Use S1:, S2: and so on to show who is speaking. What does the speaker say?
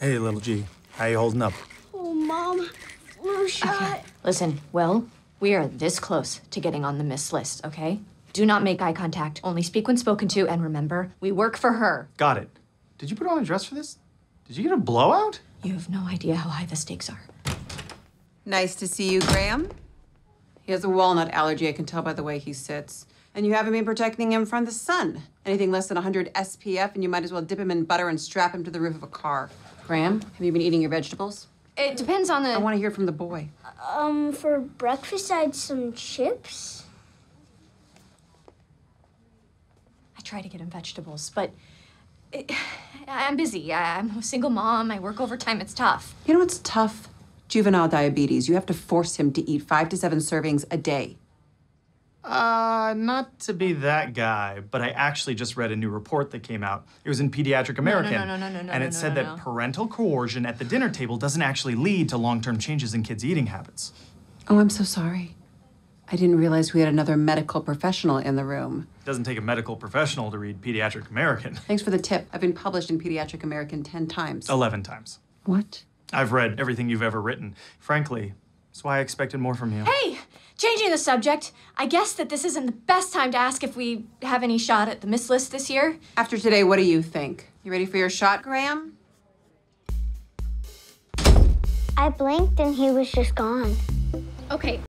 S1: Hey, little G, how you holding up?
S2: Oh, Mom, flu shot.
S3: Listen, Will, we are this close to getting on the miss list, okay? Do not make eye contact. Only speak when spoken to, and remember, we work for her.
S4: Got it. Did you put on a dress for this? Did you get a blowout?
S3: You have no idea how high the stakes are.
S5: Nice to see you, Graham. He has a walnut allergy. I can tell by the way he sits. And you haven't been protecting him from the sun. Anything less than 100 SPF, and you might as well dip him in butter and strap him to the roof of a car. Graham, have you been eating your vegetables?
S3: It depends on the.
S5: I want to hear from the boy.
S2: Um, for breakfast, I had some chips.
S3: I try to get him vegetables, but it, I'm busy. I, I'm a single mom. I work overtime. It's tough.
S5: You know what's tough? Juvenile diabetes. You have to force him to eat five to seven servings a day.
S4: Uh, not to be that guy, but I actually just read a new report that came out. It was in Pediatric American.
S3: no, no, no, no,
S4: and it
S3: no, no,
S4: said that
S3: no.
S4: parental coercion at the dinner table doesn't actually lead to long term changes in kids' eating habits.
S5: Oh, I'm so sorry. I didn't realize we had another medical professional in the room.
S4: It doesn't take a medical professional to read Pediatric American
S5: Thanks for the tip. I've been published in Pediatric American 10 times.
S4: 11 times.
S5: What?
S4: I've read everything you've ever written. Frankly, that's why I expected more from you.
S3: Hey, changing the subject, I guess that this isn't the best time to ask if we have any shot at the miss list this year.
S5: After today, what do you think? You ready for your shot, Graham?
S2: I blinked and he was just gone.
S6: Okay,